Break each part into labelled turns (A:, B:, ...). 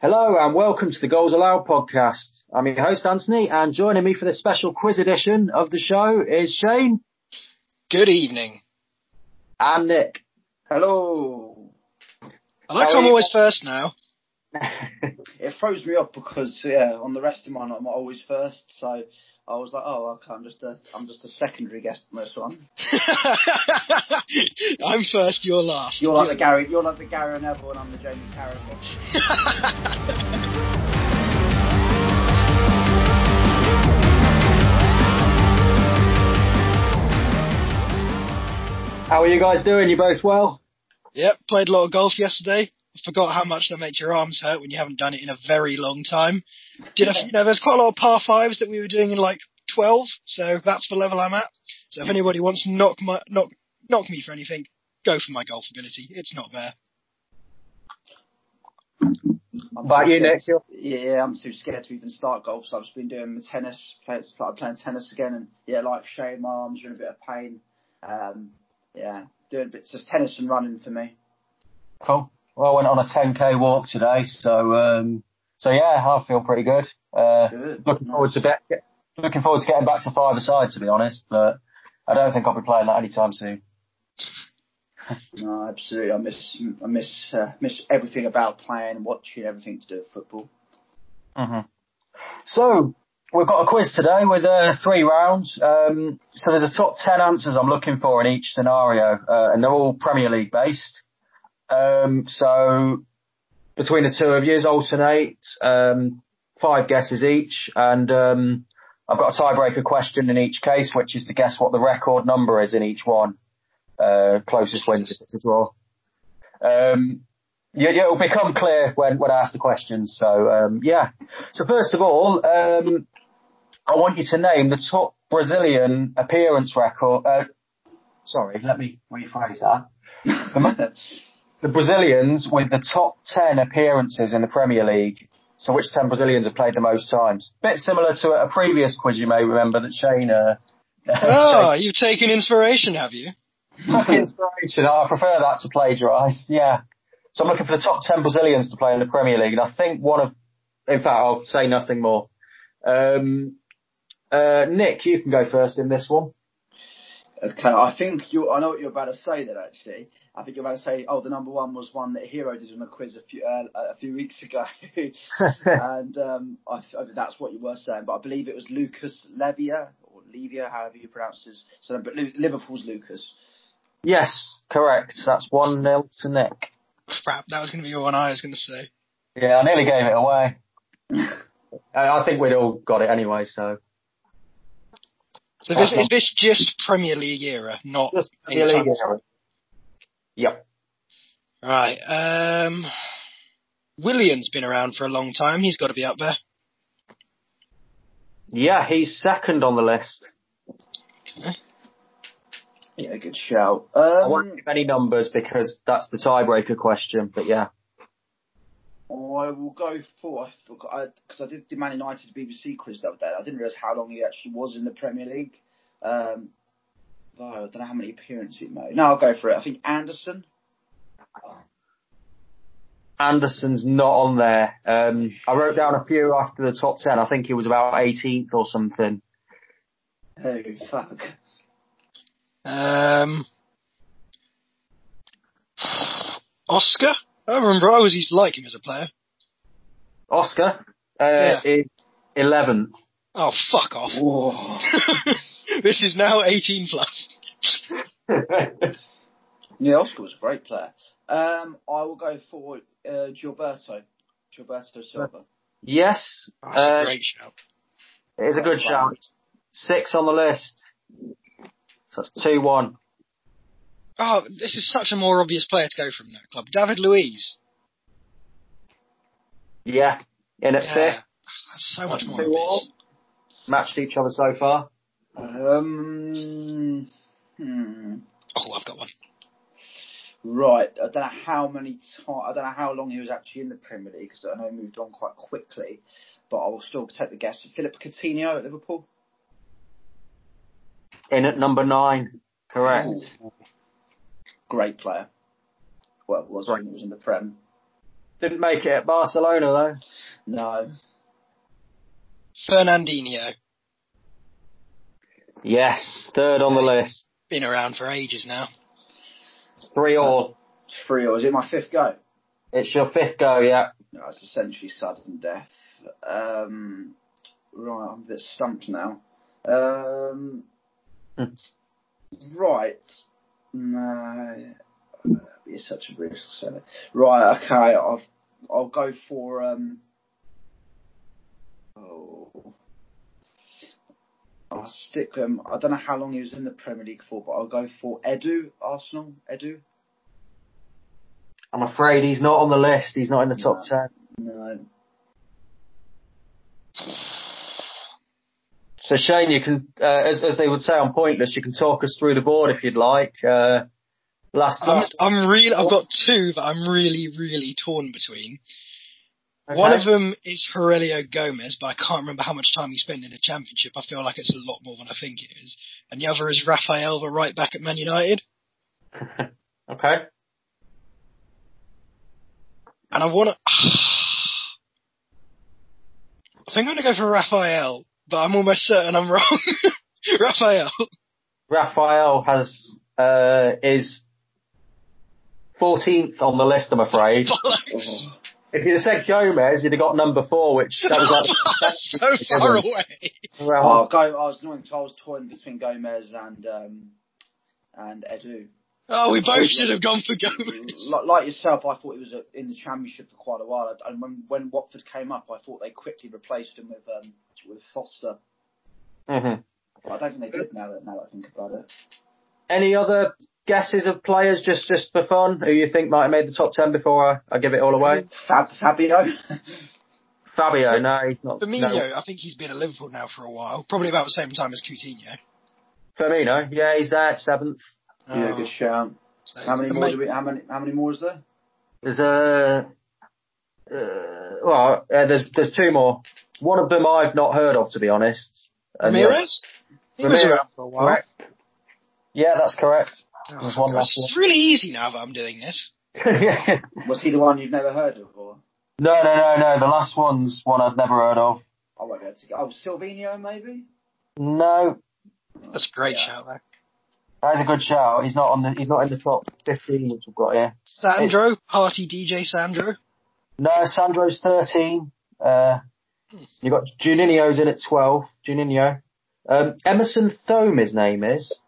A: Hello and welcome to the Goals Allowed podcast. I'm your host Anthony and joining me for this special quiz edition of the show is Shane
B: Good evening.
A: and Nick.
C: Hello.
B: I like
C: How
B: how I'm
C: are you?
B: always first now.
C: It throws me up because yeah, on the rest of mine I'm always first, so I was like, oh, okay, I'm just a, I'm just a secondary guest on this one.
B: I'm first, you're last.
C: You're like the Gary, you're like the Gary Neville, and I'm the Jamie Carragher.
A: How are you guys doing? You both well?
B: Yep, played a lot of golf yesterday. Forgot how much that makes your arms hurt when you haven't done it in a very long time. Did a, you know, there's quite a lot of par fives that we were doing in like 12, so that's the level I'm at. So if anybody wants to knock my, knock, knock me for anything, go for my golf ability. It's not there.
C: I'm
A: About
C: too
A: you,
C: scared-
A: Nick? You're-
C: Yeah, I'm too scared to even start golf, so I've just been doing my tennis. Played, started playing tennis again, and yeah, like Shane, my arms are in a bit of pain. Um, yeah, doing bits of tennis and running for me.
A: Cool. Well, I went on a 10k walk today, so um, so yeah, I feel pretty good. Uh,
C: Good.
A: looking forward to get, get- looking forward to getting back to five aside, to be honest. But I don't think I'll be playing that anytime soon.
C: No, absolutely. I miss, I miss, uh, miss everything about playing, watching, everything to do with football.
A: hmm So we've got a quiz today with uh, three rounds. Um, so there's a top ten answers I'm looking for in each scenario, uh, and they're all Premier League based. Um, so between the two of you, alternate um, five guesses each, and um, I've got a tiebreaker question in each case, which is to guess what the record number is in each one. Uh, closest wins if it's a draw. Um, yeah, yeah, it'll become clear when, when I ask the questions. So, um, yeah. So first of all, um, I want you to name the top Brazilian appearance record. Uh, sorry, let me rephrase that. The, mo- the Brazilians with the top 10 appearances in the Premier League. So which 10 Brazilians have played the most times? Bit similar to a previous quiz you may remember that Shane, uh,
B: Oh, you've taken inspiration, have you?
A: Took inspiration. I prefer that to plagiarise. Yeah. So I'm looking for the top 10 Brazilians to play in the Premier League. And I think one of, in fact, I'll say nothing more. Um, uh, Nick, you can go first in this one.
C: Okay, I think you. I know what you're about to say there. Actually, I think you're about to say, "Oh, the number one was one that Hero did on a quiz a few uh, a few weeks ago," and um, I, I mean, that's what you were saying. But I believe it was Lucas Levia or Levia, however you pronounce his. So, but Lu- Liverpool's Lucas.
A: yes, correct. That's 1 nil to Nick.
B: Crap, that was going to be the one I was going to say.
A: Yeah, I nearly gave it away. I I think we'd all got it anyway, so.
B: So this,
C: Uh-huh.
B: is this just Premier League era, not
A: Just
B: any time
A: Yep.
B: Right. Um, Willian's been around for a long time. He's got to be up there.
A: Yeah, he's second on the list.
C: Yeah, good shout.
A: I won't
C: Um,
A: give any numbers because that's the tiebreaker question, but yeah.
C: I will go for I forgot because I, did the Man United BBC quiz the other day. I didn't realize how long he actually was in the Premier League. Um, oh, I don't know how many appearances he made. No, I'll go for it. I think Anderson.
A: Anderson's not on there. Um, I wrote down a few after the top 10. I think he was about 18th or something.
C: Oh fuck!
B: Um, Oscar. I remember I always used to like him as a player.
A: Oscar, uh,
B: Yeah.
A: is 11th.
B: Oh, fuck off.
C: Whoa.
B: this is now 18 plus.
C: Yeah, Oscar was a great player. Um, I will go for uh, Gilberto, Gilberto Silva.
A: yes,
B: Oh, That's
A: Uh,
B: a great shout.
A: it's a good shout. Six on the list. So that's 2-1.
B: Oh, this is such a more obvious player to go from that club. David Luiz.
A: Yeah. In at
B: Yeah.
A: fifth.
B: That's so much more
A: Two all.
B: obvious.
A: Matched each other so far.
C: Um, hmm.
B: Oh, I've got one.
C: Right, I don't know how many time, I don't know how long he was actually in the Premier League because I know he moved on quite quickly, but I will still take the guess. Philip Coutinho at Liverpool.
A: In at number nine. Correct.
C: Ooh. Great player. Well, was when he was in the Prem.
A: Didn't make it at Barcelona though.
C: No.
B: Fernandinho.
A: Yes, third on the list.
B: Been around for ages now.
A: It's three all.
C: Three or is it my fifth go?
A: It's your fifth go, yeah.
C: No, it's essentially sudden death. Um, right, I'm a bit stumped now. Um,
A: Hmm.
C: right. No. uh, You're such a brutal seller. Right, okay, I've, I'll go for, um, oh. I'll stick um, I don't know how long he was in the Premier League for, but I'll go for Edu, Arsenal, Edu.
A: I'm afraid he's not on the list. He's not in the top
C: No.
A: ten.
C: No.
A: So Shane, you can, uh, as, as they would say on Pointless, you can talk us through the board if you'd like. Uh, last,
B: I'm,
A: last
B: I'm really, I've got two that I'm really, really torn between.
A: okay.
B: One of them is Aurelio Gomez, but I can't remember how much time he spent in the championship. I feel like it's a lot more than I think it is. And the other is Rafael, the right back at Man United.
A: Okay.
B: And I want to. I think I'm going to go for Raphael, but I'm almost certain I'm wrong. Raphael.
A: Raphael has uh, is 14th on the list, I'm afraid.
B: Bollocks.
C: Oh.
A: If you'd have said Gomez, you'd have got number four, which that was like,
B: That's so far away.
A: well,
C: Oh, I'll go, I was annoying 'cause I was torn between Gomez and, um, and Edu.
B: Oh, we both should have gone for Gomez.
C: Like, like yourself, I thought he was uh, in the championship for quite a while, and when, when Watford came up, I thought they quickly replaced him with um, with Foster.
A: mhm.
C: But I don't think they did now that now that I think about it.
A: Any other guesses of players just just for fun who you think might have made the top ten before I, I give it all away?
C: Fab Fabio,
A: Fabio, no, he's not.
B: Firmino,
A: No.
B: I think he's been at Liverpool now for a while, probably about the same time as Coutinho.
A: Firmino, yeah, he's there seventh.
C: yeah,
B: Oh.
C: good shout.
B: Um, so-
C: How many
B: and
C: more?
B: mate,
C: Do we, how many? How many more is there?
A: There's a uh, well, uh, there's there's two more. One of them I've not heard of to be honest.
C: uh,
A: And the other-
B: Ramirez? He was
A: Ramirez,
B: around for a while.
A: correct? Yeah, that's correct.
B: Oh,
A: There's one
B: God,
A: last
B: it's really easy now that I'm doing this.
A: no,
C: Was he the one you've never heard of, or
A: no, no, no. The last one's one I've never heard of.
C: I won't be able to. Get, oh, Silvino maybe.
A: No,
B: That's a great
C: Yeah.
B: shout there.
A: that's a good shout. He's not on the. He's not in the top fifteen, which we've got here.
B: Sandro, party DJ Sandro.
A: No, Sandro's thirteen. Uh, you got Juninho's in at twelve. Juninho. Um, Emerson Thome, his name is.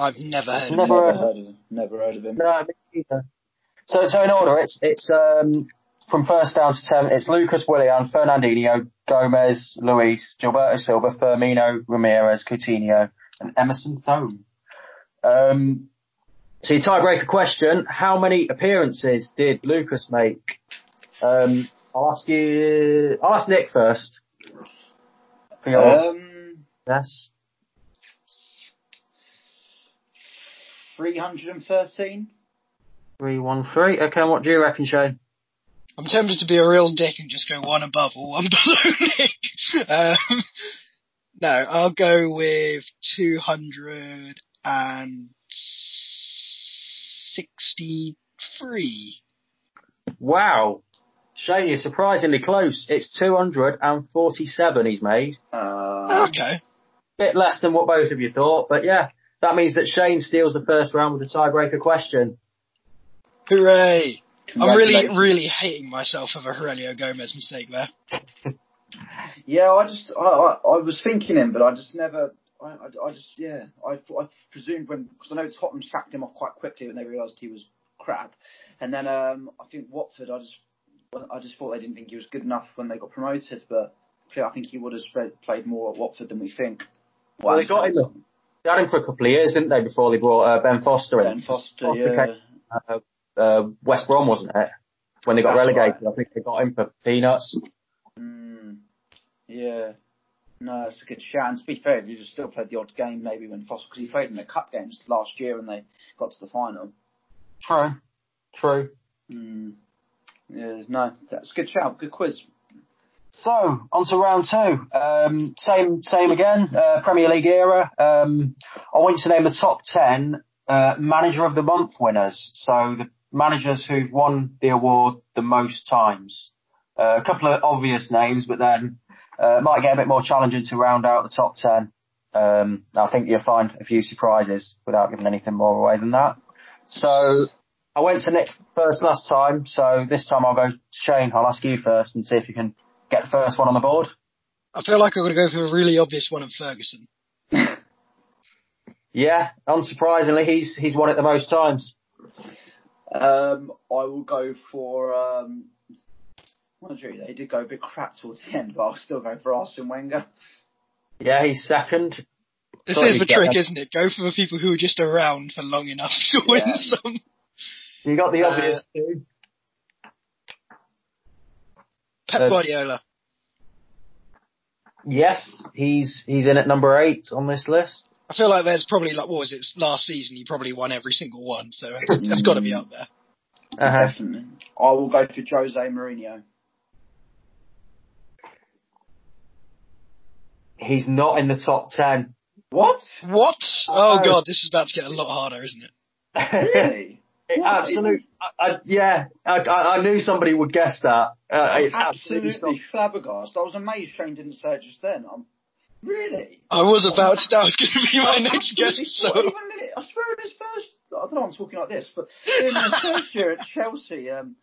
B: I've never heard of
A: Never heard
B: him.
A: of
C: of him. Never heard of him.
A: No, me neither. So, so in order, it's it's um from first down to ten. It's Lucas Willian, Fernandinho, Gomez, Luis, Gilberto Silva, Firmino, Ramirez, Coutinho, and Emerson Thome. Um, so your tiebreaker question: How many appearances did Lucas make? Um, I'll ask you. I'll ask Nick first. For your
C: Um,
A: guess.
C: three hundred and thirteen.
A: Three, one, three. Okay, what do you reckon, Shane?
B: I'm tempted to be a real dick and just go one above or one below Nick. Um, no, I'll go with 263.
A: Wow. Shane, you're surprisingly close. It's 247 he's made.
C: Uh,
B: Okay.
A: Bit less than what both of you thought, but yeah. That means that Shane steals the first round with a tiebreaker question.
B: Hooray. I'm really,
C: congratulations.
B: really hating myself for the Aurelio Gomez mistake there.
C: Yeah, I just I, I, I was thinking him, but I just never. I, I, I just yeah. I, I presumed when because I know Tottenham sacked him off quite quickly when they realised he was crap, and then um I think Watford. I just well, I just thought they didn't think he was good enough when they got promoted, but I think he would have spread, played more at Watford than we think.
A: Well, they got him, though. They had him for a couple of years, didn't they, before they brought uh, Ben Foster in?
C: Ben Foster,
A: Foster
C: yeah.
A: came- uh, uh, West Brom, wasn't it? When they got
C: That's
A: relegated, I think they got him for peanuts.
C: Mm, yeah. No, that's a good shout. And to be fair, you still played the odd game maybe when Foster, because he played in the cup games last year and they got to the final.
A: True. True.
C: Mm. Yes, no, that's a good shout. Good quiz.
A: So, on to round two. Um, same, same again, uh, Premier League era. Um, I want you to name the top 10 uh, Manager of the Month winners. So, the managers who've won the award the most times. Uh, a couple of obvious names, but then uh, might get a bit more challenging to round out the top ten. Um, I think you'll find a few surprises without giving anything more away than that. So I went to Nick first last time, so this time I'll go Shane. I'll ask you first and see if you can get the first one on the board.
B: I feel like I'm going to go for a really obvious one at Ferguson.
A: Yeah, unsurprisingly, he's he's won it the most times.
C: Um, I will go for. Um, well, gee, they did go a bit crap towards the end, but I'll still go for Arsene Wenger.
A: Yeah, he's second.
B: This
A: Thought
B: is the
A: you'd get
B: trick,
A: that.
B: isn't it? Go for the people who are just around for long enough to win
C: Yeah.
B: some.
A: You got the
B: Uh,
A: obvious two. Uh,
B: Pep Guardiola.
A: Yes, he's he's in at number eight on this list.
B: I feel like there's probably like what was it last season? He probably won every single one, so that's,
A: Mm.
B: that's got to be up there.
A: Uh-huh.
C: Definitely. I will go for Jose Mourinho.
A: He's not in the top ten.
C: What?
B: What? Oh
A: Oh.
B: god, this is about to get a lot harder, isn't it?
C: Really? What?
A: Absolute, I, I, yeah, I, I I knew somebody would guess that. Uh, it's absolutely,
C: Absolutely flabbergasted. I was amazed Shane didn't say just then. I'm, really?
B: I was about to. That was going to be my next guess.
C: Absolutely
B: So
C: swear- even in it- I swear in his first, I don't know, I'm talking like this, but in his first year at Chelsea, um,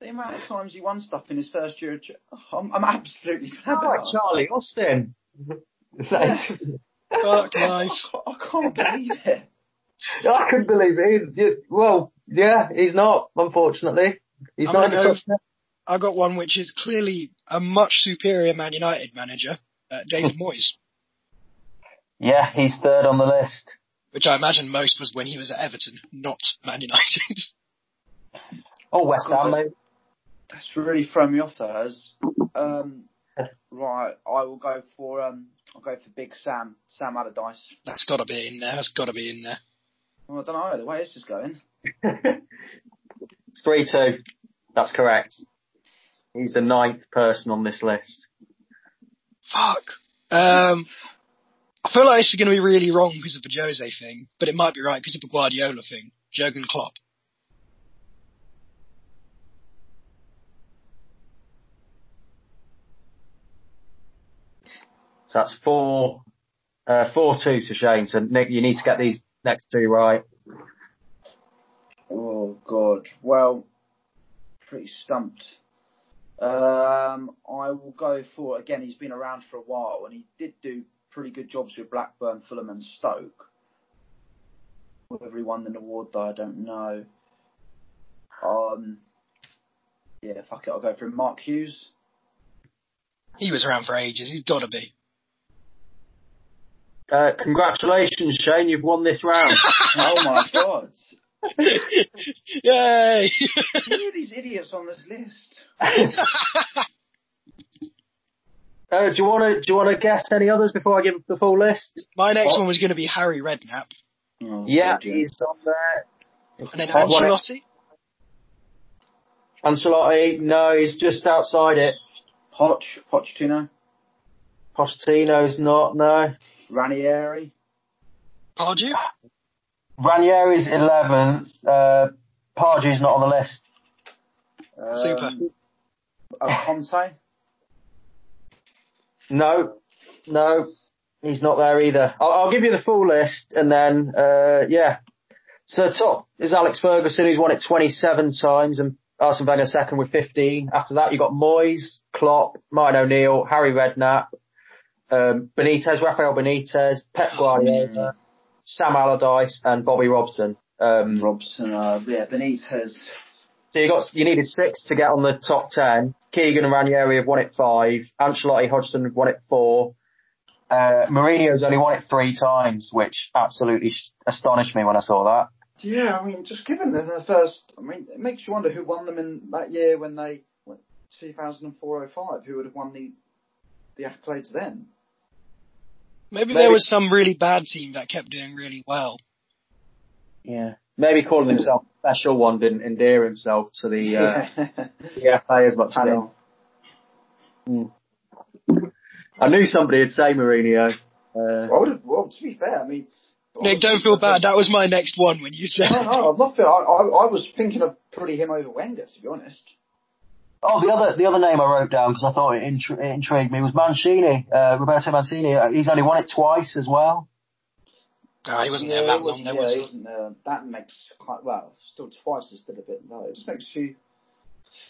C: the amount of times he won stuff in his first year, at Ch- I'm, I'm absolutely
A: How about
B: Oh,
C: flabbergasted.
A: Charlie Austin?
B: fuck
C: I,
B: life.
C: ca- I can't believe it.
A: I couldn't believe it. You- Well, yeah, he's not, unfortunately. He's
B: I'm
A: not in
B: gonna
A: the
B: go-
A: top ten.
B: I got one which is clearly a much superior Man United manager, uh, David
A: Hmm.
B: Moyes,
A: Yeah, he's third on the list.
B: which I imagine most was when he was at Everton, not Man United.
A: Oh, West Ham,
C: God.
A: maybe.
C: That's really thrown me off. That has. Um, right, I will go for um, I'll go for Big Sam, Sam Allardyce.
B: that's got to be in there. That's got to be in there.
C: Well, I don't know the way this is going.
A: Three two. That's correct. He's the ninth person on this list.
B: Fuck. Um, I feel like this is going to be really wrong because of the Jose thing, but it might be right because of the Guardiola thing. Jurgen Klopp.
A: So that's four, uh, four two to Shane. So Nick, you need to get these next two right.
C: Oh God. Well, pretty stumped. Um, I will go for again. He's been around for a while, and he did do pretty good jobs with Blackburn, Fulham, and Stoke. Whether he won an award though, I don't know. Um, yeah, fuck it. I'll go for him. Mark Hughes.
B: He was around for ages. He's got to be.
A: Uh, congratulations, Shane. You've won this round.
C: Oh my god.
B: Yay!
C: Who are these idiots on this list?
A: uh, do you want to do you want to guess any others before I give the full list?
B: My next one was going to be Harry Redknapp,
C: Oh,
A: Yeah,
C: God,
A: he's on there.
B: and then
A: Hot one.
B: Ancelotti.
A: Ancelotti, no, he's just outside it.
C: Poch, Pochettino,
A: Postino's not, no.
C: Ranieri.
B: Pardew.
A: Ranieri's 11th. Uh, Pardew's not on the list.
C: Um,
B: Super.
C: uh, Conte.
A: No, no, he's not there either. I'll, I'll give you the full list and then, uh, yeah. So top is Alex Ferguson, who's won it 27 times and Arsene Wenger second with 15. After that, you've got Moyes, Klopp, Martin O'Neill, Harry Redknapp, um, Benitez, Rafael Benitez, Pep Guardiola, Sam Allardyce and Bobby Robson. Um,
C: Robson, uh, yeah, Benitez.
A: So you got you needed six to get on the top ten. Keegan and Ranieri have won it five. Ancelotti, Hodgson have won it four. Uh, Mourinho's only won it three times, which absolutely sh- astonished me when I saw that.
C: Yeah, I mean, just given that the first, I mean, it makes you wonder who won them in that year when they went 2004-05, who would have won the the accolades then?
B: Maybe,
A: Maybe-
B: there was some really bad team that kept doing really well.
A: Yeah. Maybe calling himself a special one didn't endear himself to the, uh, the FA as much. as him.
C: Panel.
A: I knew somebody would say Mourinho. Uh,
C: I would have, well, to be fair, I mean,
B: Nick, don't feel bad. That was my next one when you said.
C: No, no, I'm not feeling. I, I, I was thinking of putting him over Wenger, to be honest.
A: Oh, the other the other name I wrote down because I thought it, intri- it intrigued me was Mancini, uh, Roberto Mancini. Uh, He's only won it twice as well.
B: Ah, he wasn't
C: Yeah,
B: there that
C: it
B: long,
C: wasn't-
B: though,
C: yeah,
B: was
C: it
B: he?
C: wasn't there. That makes quite well. Still twice is still a bit low. It just makes you.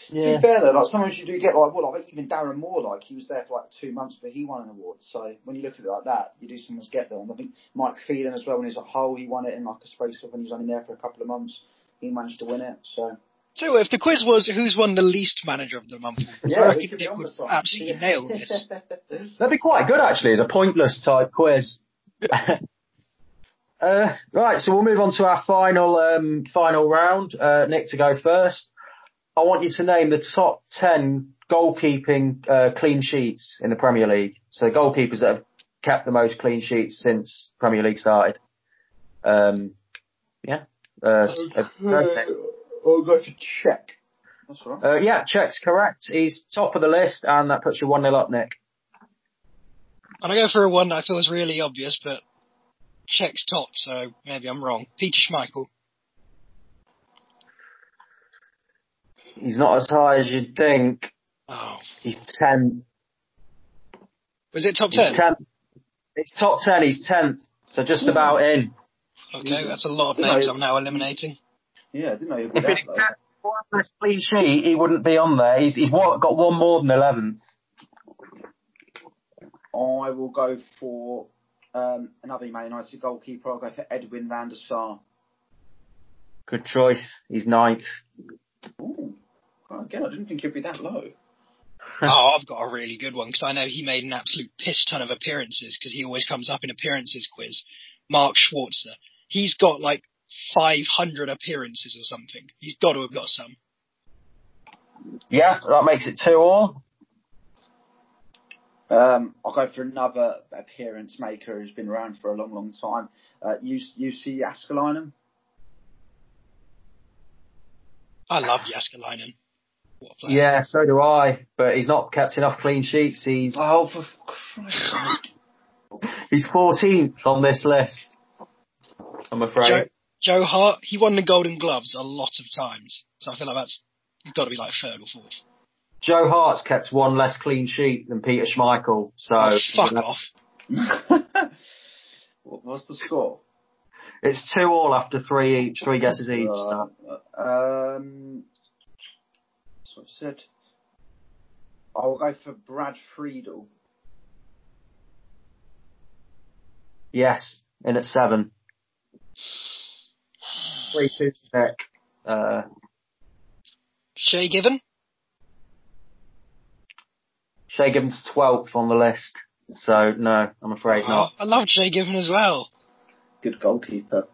C: To
A: Yeah.
C: be fair though, like sometimes you do get like well, like even Darren Moore, like he was there for like two months, but he won an award. So when you look at it like that, you do sometimes get there. And I think Mike Phelan as well, when he was at Hull, he won it in like a space of when he was only there for a couple of months. He managed to win it. So
B: So what, if the quiz was who's won the least manager of the month, I
C: yeah, we
B: reckon
C: could be
B: Nick
C: on
B: would
C: to something.
B: absolutely nail this.
A: That'd be quite good actually as a pointless type quiz. uh, right, so we'll move on to our final um, final round. Uh, Nick to go first. I want you to name the top ten goalkeeping uh, clean sheets in the Premier League. So goalkeepers that have kept the most clean sheets since Premier League started. Um, yeah. Uh, uh, first name.
C: Uh, I'll go to check. That's all right.
A: Uh, yeah, Czech's correct. He's top of the list, and that puts you 1 nil up, Nick.
B: And I go for a one that I feel is really obvious, but checks top, so maybe I'm wrong. Peter Schmeichel.
A: He's not as high as you'd think.
B: Oh,
A: He's 10.
B: was it top
A: He's
B: ten?
A: 10. It's top 10. He's 10th. So just about in.
B: Okay, that's a lot of
C: No.
B: names I'm now eliminating.
C: Yeah, I didn't know you were
A: If he'd
C: that low.
A: kept one less clean sheet, he wouldn't be on there. He's, he's wa- got one more than 11th.
C: I will go for um, another Man United goalkeeper. I'll go for Edwin van der Sar.
A: Good choice. He's ninth.
C: Ooh. Well, Again, I didn't think he'd be that low.
B: oh, I've got a really good one because I know he made an absolute piss ton of appearances because he always comes up in appearances quiz. Mark Schwarzer. He's got like 500 appearances or something. He's got to have got some.
A: Yeah, that makes it 2 all.
C: Um, I'll go for another appearance maker who's been around for a long, long time. Uh, UC, UC Askelainen.
B: I love Jaskalainen. What a player.
A: Yeah, so do I. But he's not kept enough clean sheets. He's,
C: Oh, for Christ's sake.
A: he's 14th on this list. I'm afraid.
B: Joe, Joe Hart, he won the Golden Gloves a lot of times. So I feel like that's, he's got to be like third or fourth.
A: Joe Hart's kept one less clean sheet than Peter Schmeichel, so
B: Oh, fuck off.
C: What- What's the score?
A: it's two all after three each, three guesses each.
C: Uh,
A: So.
C: um, that's what I said. I'll go for Brad Friedel.
A: Yes, in at seven. Three two to Nick. Uh,
B: Shay Given?
A: Shea Gibbons twelfth on the list, so no, I'm afraid
B: Oh,
A: not.
B: I love Shay Given as well.
C: Good goalkeeper.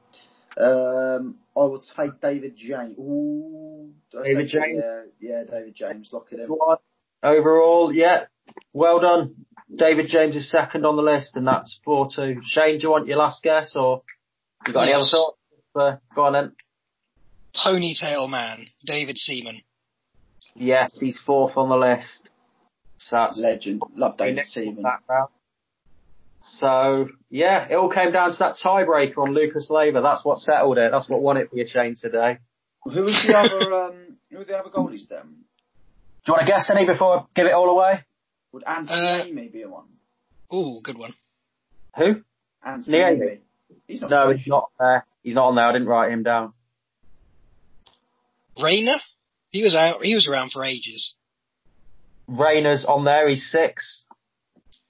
C: Um, I will take David James. Ooh, did I
A: David
C: say-
A: James?
C: Yeah, yeah, David James. Lock it in.
A: One Overall, yeah, well done. David James is second on the list, and that's four two. Shane, do you want your last guess, or you got any other
B: Yes.
A: thoughts? Uh, go on then.
B: Ponytail Man, David Seaman.
A: Yes, he's fourth on the list. So that's
C: Legend. Love David Seaman.
A: That round. So yeah, it all came down to that tiebreaker on Lucas Labour. That's what settled it. That's what won it for you, Shane, today.
C: Who was the other? Um, who were the other goalies then?
A: Do you want to guess any before I give it all away?
C: Would Anthony
B: Uh,
C: Amy be one?
B: Ooh, good one.
A: Who?
C: Anthony
A: Leahy.
C: Amy. He's not.
A: No, he's not there. He's not on there. I didn't write him down.
B: Rayner? He was out, he was around for ages.
A: Rayner's on there. He's six.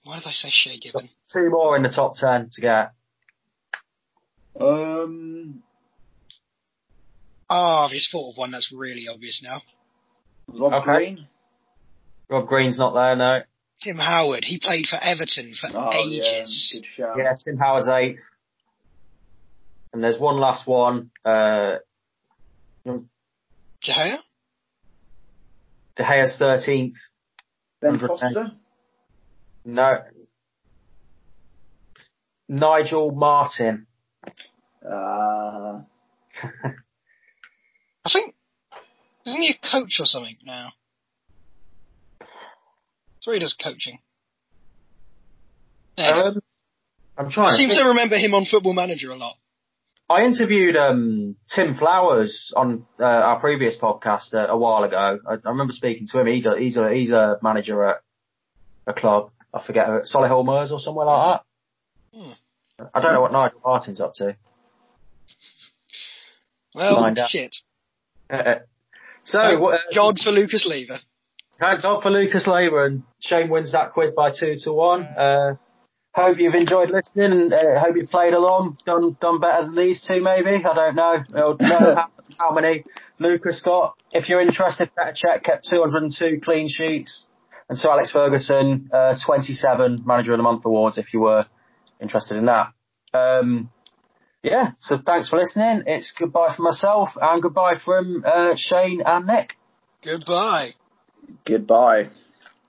B: Why did I say Shay Given?
A: Two more in the top ten to get.
C: Um,
B: Ah, I've just thought of one that's really obvious now.
C: Rob
A: Okay.
C: Green.
A: Rob Green's not there. No.
B: Tim Howard, he played for Everton for
C: Oh
B: ages.
C: yeah, good shout.
A: Yeah, Tim Howard's eighth. And there's one last one. Uh,
B: Jahea?
A: De Gea's thirteenth.
C: Ben
A: 100%.
C: Foster.
A: No. Nigel Martin.
C: Uh,
B: I think isn't he a coach or something now? So he does coaching. There you go.
A: Um, I'm
B: I
C: Uh,
A: trying.
B: seem
A: to
B: to
A: think.
B: remember him on Football Manager a lot.
A: I interviewed um, Tim Flowers on uh, our previous podcast uh, a while ago. I, I remember speaking to him. He do, he's a he's a manager at a club. I forget who- Solihull Moors or somewhere like
B: Hmm.
A: that. I don't know what Nigel Martin's up to.
B: Well,
A: Lined up.
B: shit.
A: Uh, so,
B: Thank
A: what, uh,
B: God for Lucas Lever.
A: Thank God for Lucas Labour and Shane wins that quiz by two to one. Uh, hope you've enjoyed listening and uh, hope you've played along, done done better than these two maybe. I don't know. I'll know how, how many Lucas got. If you're interested, better check. Kept 202 clean sheets. And so Alex Ferguson, uh, 27 Manager of the Month awards if you were interested in that. Um, yeah, so thanks for listening. It's goodbye from myself and goodbye from uh, Shane and Nick.
B: Goodbye.
C: Goodbye.